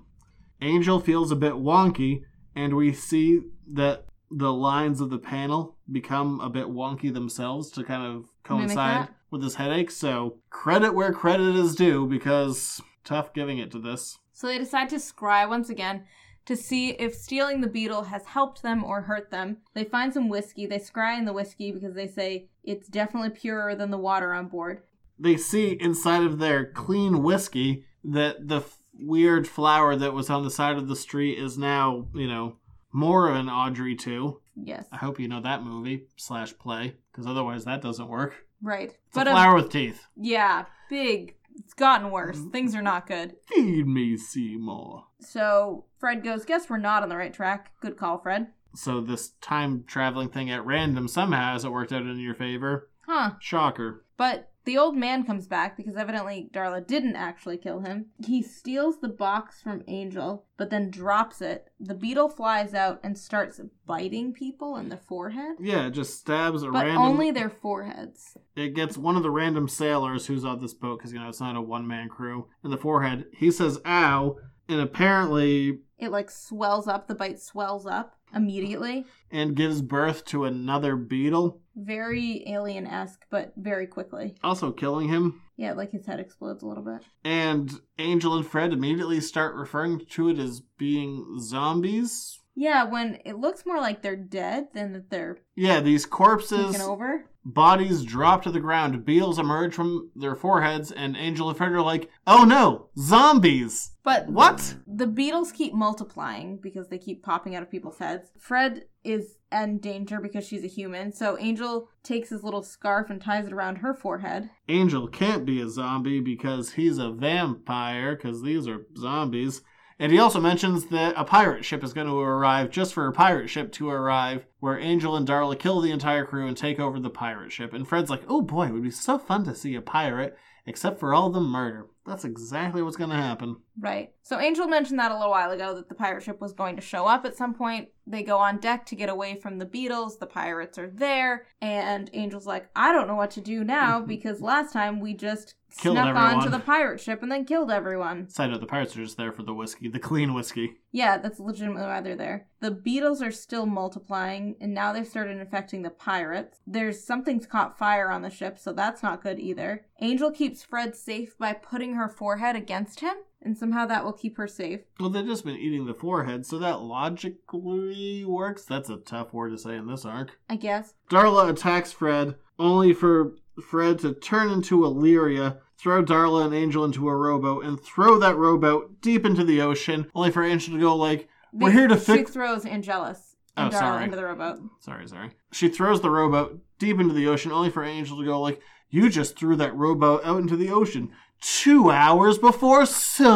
Speaker 3: Angel feels a bit wonky, and we see that the lines of the panel become a bit wonky themselves to kind of coincide
Speaker 4: that?
Speaker 3: with his headache. So, credit where credit is due because tough giving it to this.
Speaker 4: So they decide to scry once again to see if stealing the beetle has helped them or hurt them. They find some whiskey. They scry in the whiskey because they say it's definitely purer than the water on board.
Speaker 3: They see inside of their clean whiskey that the f- weird flower that was on the side of the street is now, you know, more of an Audrey 2.
Speaker 4: Yes.
Speaker 3: I hope you know that movie slash play, because otherwise that doesn't work.
Speaker 4: Right.
Speaker 3: It's
Speaker 4: But
Speaker 3: a
Speaker 4: um,
Speaker 3: flower Mm-hmm. with teeth.
Speaker 4: yeah, big. It's gotten worse. Things are not good.
Speaker 3: Feed me, Seymour.
Speaker 4: So Fred goes, Guess we're not on the right track. Good call, Fred.
Speaker 3: So this time traveling thing at random somehow hasn't worked out in your favor.
Speaker 4: Huh.
Speaker 3: Shocker.
Speaker 4: But the old man comes back because evidently Darla didn't actually kill him. He steals the box from Angel, but then drops it. The beetle flies out and starts biting people in the forehead,
Speaker 3: Yeah, it just stabs a
Speaker 4: but
Speaker 3: random.
Speaker 4: only their foreheads.
Speaker 3: It gets one of the random sailors who's on this boat because you know it's not a one man crew in the forehead. He says "ow," and apparently
Speaker 4: It like swells up, the bite swells up. immediately.
Speaker 3: and gives birth to another beetle,
Speaker 4: Very alien esque, but very quickly.
Speaker 3: also killing him.
Speaker 4: Yeah, like his head explodes a little bit.
Speaker 3: And Angel and Fred immediately start referring to it as being zombies.
Speaker 4: Yeah, when it looks more like they're dead than that they're
Speaker 3: Yeah, these corpses,
Speaker 4: taken over.
Speaker 3: bodies drop to the ground, beetles emerge from their foreheads, and Angel and Fred are like, oh no, zombies!
Speaker 4: But
Speaker 3: What?
Speaker 4: the beetles keep multiplying because they keep popping out of people's heads. Fred is in danger because she's a human, so Angel takes his little scarf and ties it around her forehead.
Speaker 3: Angel can't be a zombie because he's a vampire, because these are zombies. And he also mentions that a pirate ship is going to arrive just for a pirate ship to arrive, where Angel and Darla kill the entire crew and take over the pirate ship. And Fred's like, oh boy, it would be so fun to see a pirate, except for all the murder. That's exactly what's going to happen.
Speaker 4: Right. So Angel mentioned that a little while ago that the pirate ship was going to show up at some point. They go on deck to get away from the beetles. The pirates are there, and Angel's like, "I don't know what to do now because last time we just
Speaker 3: Killed
Speaker 4: snuck onto
Speaker 3: everyone.
Speaker 4: the pirate ship and then killed everyone."
Speaker 3: Side note, the pirates are just there for the whiskey, the clean whiskey.
Speaker 4: Yeah, that's legitimately why they're there. The beetles are still multiplying, and now they've started infecting the pirates. There's something's caught fire on the ship, so that's not good either. Angel keeps Fred safe by putting her forehead against him, and somehow that will keep her safe.
Speaker 3: Well, they've just been eating the forehead, so that logically works. That's a tough word to say in this arc.
Speaker 4: I guess.
Speaker 3: Darla attacks Fred, only for Fred to turn into Illyria, throw Darla and Angel into a rowboat, and throw that rowboat deep into the ocean, only for Angel to go like, "We're here to
Speaker 4: She
Speaker 3: fix."
Speaker 4: throws Angelus
Speaker 3: Oh,
Speaker 4: and Darla
Speaker 3: sorry.
Speaker 4: into the rowboat.
Speaker 3: sorry, sorry. She throws the rowboat deep into the ocean, only for Angel to go like, "You just threw that rowboat out into the ocean two hours before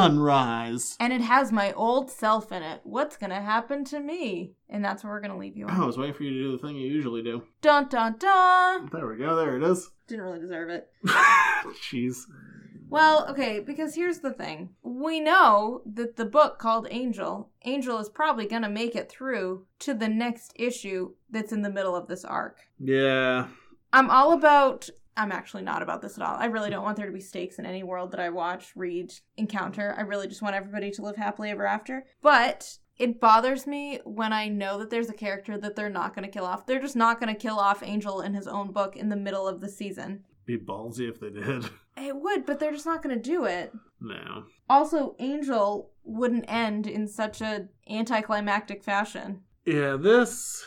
Speaker 3: sunrise."
Speaker 4: And it has my old self in it. What's gonna happen to me? And that's where we're gonna leave you on.
Speaker 3: Oh, I was waiting for you to do the thing you usually do.
Speaker 4: Dun dun dun!
Speaker 3: There we go. There it is.
Speaker 4: Didn't really deserve it.
Speaker 3: Jeez.
Speaker 4: Well, okay, because here's the thing. We know that the book called Angel, Angel is probably gonna make it through to the next issue that's in the middle of this arc.
Speaker 3: Yeah.
Speaker 4: I'm all about. I'm actually not about this at all. I really don't want there to be stakes in any world that I watch, read, encounter. I really just want everybody to live happily ever after. But it bothers me when I know that there's a character that they're not going to kill off. They're just not going to kill off Angel in his own book in the middle of the season.
Speaker 3: Be ballsy if they did.
Speaker 4: It would, but they're just not going to do it.
Speaker 3: No.
Speaker 4: Also, Angel wouldn't end in such a anticlimactic fashion.
Speaker 3: Yeah, this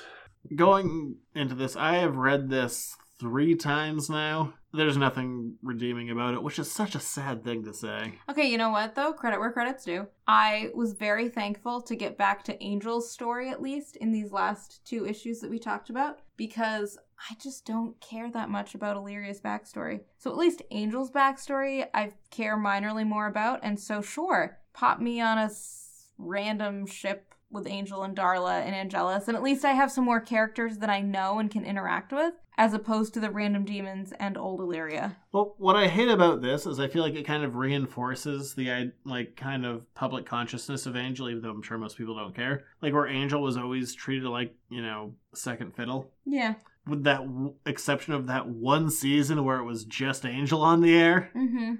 Speaker 3: going into this, I have read this three times now. There's nothing redeeming about it, which is such a sad thing to say.
Speaker 4: Okay, you know what though? Credit where credit's due. I was very thankful to get back to Angel's story at least in these last two issues that we talked about because I just don't care that much about Illyria's backstory. So at least Angel's backstory I care minorly more about, and so sure, pop me on a s- random ship with Angel and Darla and Angelus, and at least I have some more characters that I know and can interact with, as opposed to the random demons and old Illyria.
Speaker 3: Well, what I hate about this is I feel like it kind of reinforces the i- like kind of public consciousness of Angel, even though I'm sure most people don't care. Like where Angel was always treated like you know second fiddle,
Speaker 4: Yeah.
Speaker 3: with that w- exception of that one season where it was just Angel on the air.
Speaker 4: Mm-hmm.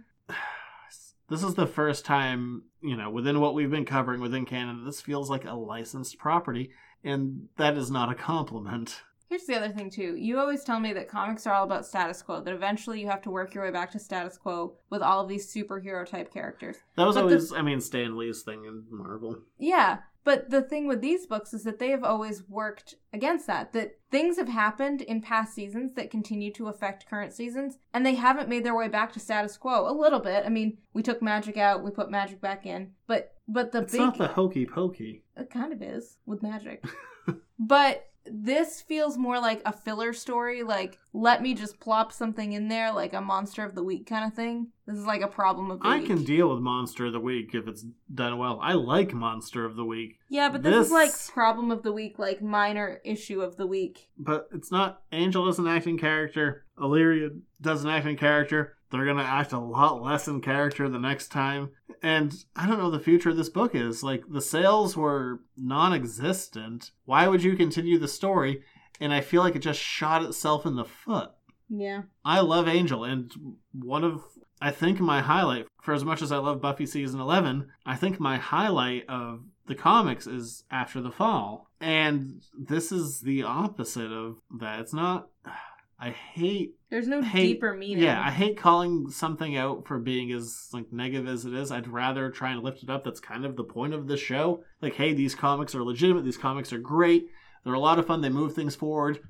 Speaker 3: this is the first time you know within what we've been covering within canada this feels like a licensed property and that is not a compliment
Speaker 4: Here's the other thing too. You always tell me that comics are all about status quo, that eventually you have to work your way back to status quo with all of these superhero type characters.
Speaker 3: that was
Speaker 4: But the-
Speaker 3: always i mean stan lee's thing in marvel
Speaker 4: Yeah, but the thing with these books is that they have always worked against that. That things have happened in past seasons that continue to affect current seasons, and they haven't made their way back to status quo a little bit. I mean, we took magic out, we put magic back in, but but the
Speaker 3: it's
Speaker 4: big
Speaker 3: not the hokey pokey
Speaker 4: It kind of is with magic. but this feels more like a filler story, like let me just plop something in there, like a monster of the week kind of thing. This is like a problem of the
Speaker 3: i
Speaker 4: week.
Speaker 3: can deal with monster of the week if it's done well i like monster of the week
Speaker 4: yeah, but this, is like
Speaker 3: this-
Speaker 4: problem of the week, like minor issue of the week.
Speaker 3: but it's not angel is an acting character illyria does an acting character they're gonna act a lot less in character the next time and i don't know what the future of this book is like the sales were non-existent why would you continue the story and i feel like it just shot itself in the foot
Speaker 4: Yeah.
Speaker 3: i love angel and one of i think my highlight for as much as i love buffy season 11 i think my highlight of the comics is after the fall. And this is the opposite of that. It's not. I hate
Speaker 4: There's no
Speaker 3: hate-
Speaker 4: deeper meaning.
Speaker 3: Yeah, I hate calling something out for being as like negative as it is. I'd rather try and lift it up. That's kind of the point of the show. Like, hey, these comics are legitimate. These comics are great. They're a lot of fun. They move things forward.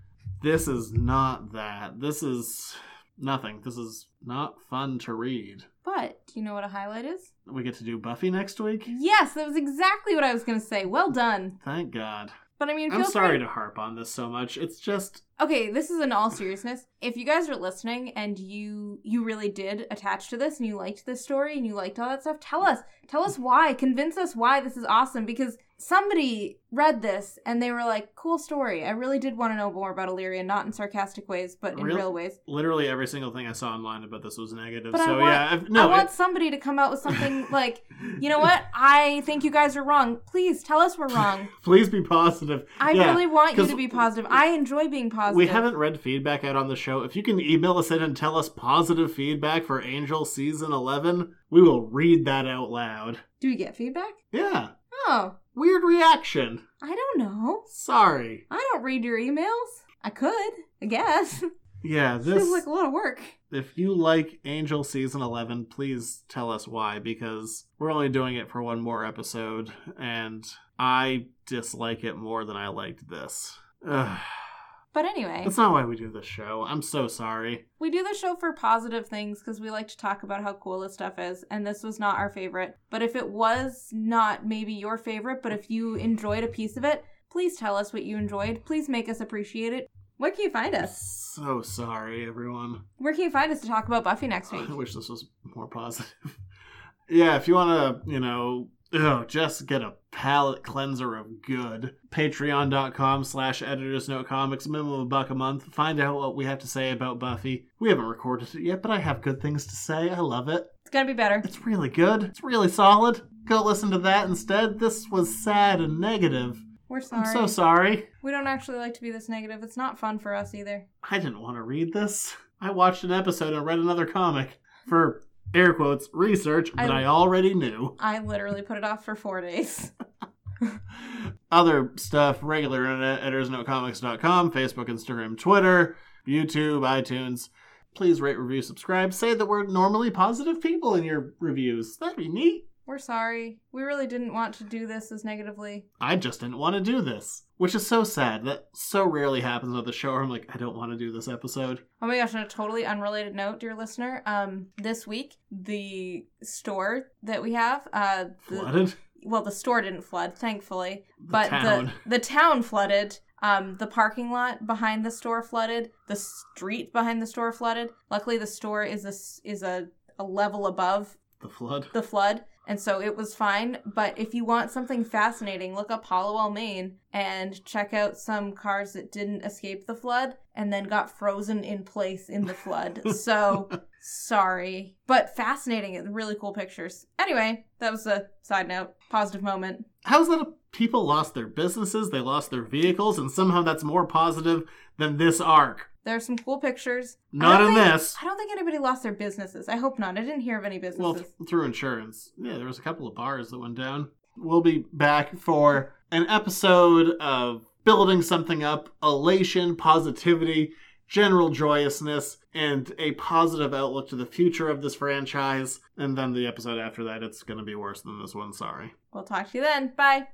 Speaker 3: This is not that. This is nothing. This is not fun to read.
Speaker 4: but do you know what a highlight is?
Speaker 3: We get to do Buffy next week.
Speaker 4: Yes, that was exactly what I was gonna say. Well done.
Speaker 3: Thank God.
Speaker 4: But I mean, feel
Speaker 3: I'm sorry
Speaker 4: free-
Speaker 3: to harp on this so much. It's just
Speaker 4: okay this is in all seriousness if you guys are listening and you you really did attach to this and you liked this story and you liked all that stuff tell us tell us why convince us why this is awesome because somebody read this and they were like cool story i really did want to know more about illyria not in sarcastic ways but in
Speaker 3: Really?
Speaker 4: real ways
Speaker 3: literally every single thing I saw online about this was negative.
Speaker 4: But I
Speaker 3: so
Speaker 4: want-
Speaker 3: yeah, I've, no,
Speaker 4: i want somebody to come out with something like you know what i think you guys are wrong please tell us we're wrong
Speaker 3: please be positive.
Speaker 4: i
Speaker 3: Yeah.
Speaker 4: really want you
Speaker 3: 'cause
Speaker 4: to be positive i enjoy being positive
Speaker 3: We haven't read feedback out on the show. If you can email us in and tell us positive feedback for Angel season 11, we will read that out loud.
Speaker 4: do we get feedback
Speaker 3: Yeah.
Speaker 4: oh
Speaker 3: Weird reaction.
Speaker 4: i don't know
Speaker 3: Sorry.
Speaker 4: I don't read your emails. I could, I guess.
Speaker 3: Yeah,
Speaker 4: This
Speaker 3: this
Speaker 4: is like a lot of work.
Speaker 3: if you like Angel season 11, please tell us why because we're only doing it for one more episode and I dislike it more than I liked this. Ugh.
Speaker 4: But anyway,
Speaker 3: That's not why we do this show. I'm so sorry.
Speaker 4: we do the show for positive things because we like to talk about how cool this stuff is, and this was not our favorite. But if it was not maybe your favorite, but if you enjoyed a piece of it, please tell us what you enjoyed. Please make us appreciate it. Where can you find us?
Speaker 3: So sorry, everyone.
Speaker 4: Where can you find us to talk about Buffy next week?
Speaker 3: I wish this was more positive. yeah, if you want to, you know, ugh, just get a palate cleanser of good, patreon.com slash editors note comics, minimum a buck a month. Find out what we have to say about Buffy. We haven't recorded it yet, but I have good things to say. I love it.
Speaker 4: It's gonna be better.
Speaker 3: It's really good. It's really solid. Go listen to that instead. This was sad and negative.
Speaker 4: We're sorry.
Speaker 3: I'm so sorry.
Speaker 4: We don't actually like to be this negative. It's not fun for us either.
Speaker 3: I didn't want to read this. I watched an episode and read another comic for air quotes research that
Speaker 4: I-
Speaker 3: I already knew.
Speaker 4: I literally put it off for four days.
Speaker 3: other stuff regular internet editorsnotecomics.com facebook instagram twitter youtube itunes please rate review subscribe say that we're normally positive people in your reviews that'd be neat
Speaker 4: We're sorry. We really didn't want to do this as negatively.
Speaker 3: i just didn't want to do this which is so sad that so rarely happens on the show where i'm like i don't want to do this episode
Speaker 4: Oh my gosh, on a totally unrelated note, dear listener, um, this week the store that we have, uh the,
Speaker 3: flooded
Speaker 4: well the store didn't flood, thankfully.
Speaker 3: The
Speaker 4: But
Speaker 3: town.
Speaker 4: the the town flooded. Um, the parking lot behind the store flooded. The street behind the store flooded. Luckily, the store is a s- is a, a level above
Speaker 3: the flood
Speaker 4: the flood and so it was fine but if you want something fascinating look up hollowell maine and check out some cars that didn't escape the flood and then got frozen in place in the flood so sorry but fascinating and really cool pictures anyway that was a side note positive moment
Speaker 3: how's that a- people lost their businesses they lost their vehicles and somehow that's more positive than this arc
Speaker 4: there are some cool pictures I
Speaker 3: Not
Speaker 4: don't
Speaker 3: in
Speaker 4: think-
Speaker 3: this.
Speaker 4: i don't think anybody lost their businesses i hope not i didn't hear of any businesses
Speaker 3: Well, th- through insurance. Yeah, there was a couple of bars that went down. We'll be back for an episode of building something up, elation, positivity, general joyousness, and a positive outlook to the future of this franchise. And then the episode after that, it's going to be worse than this one. Sorry.
Speaker 4: we'll talk to you then bye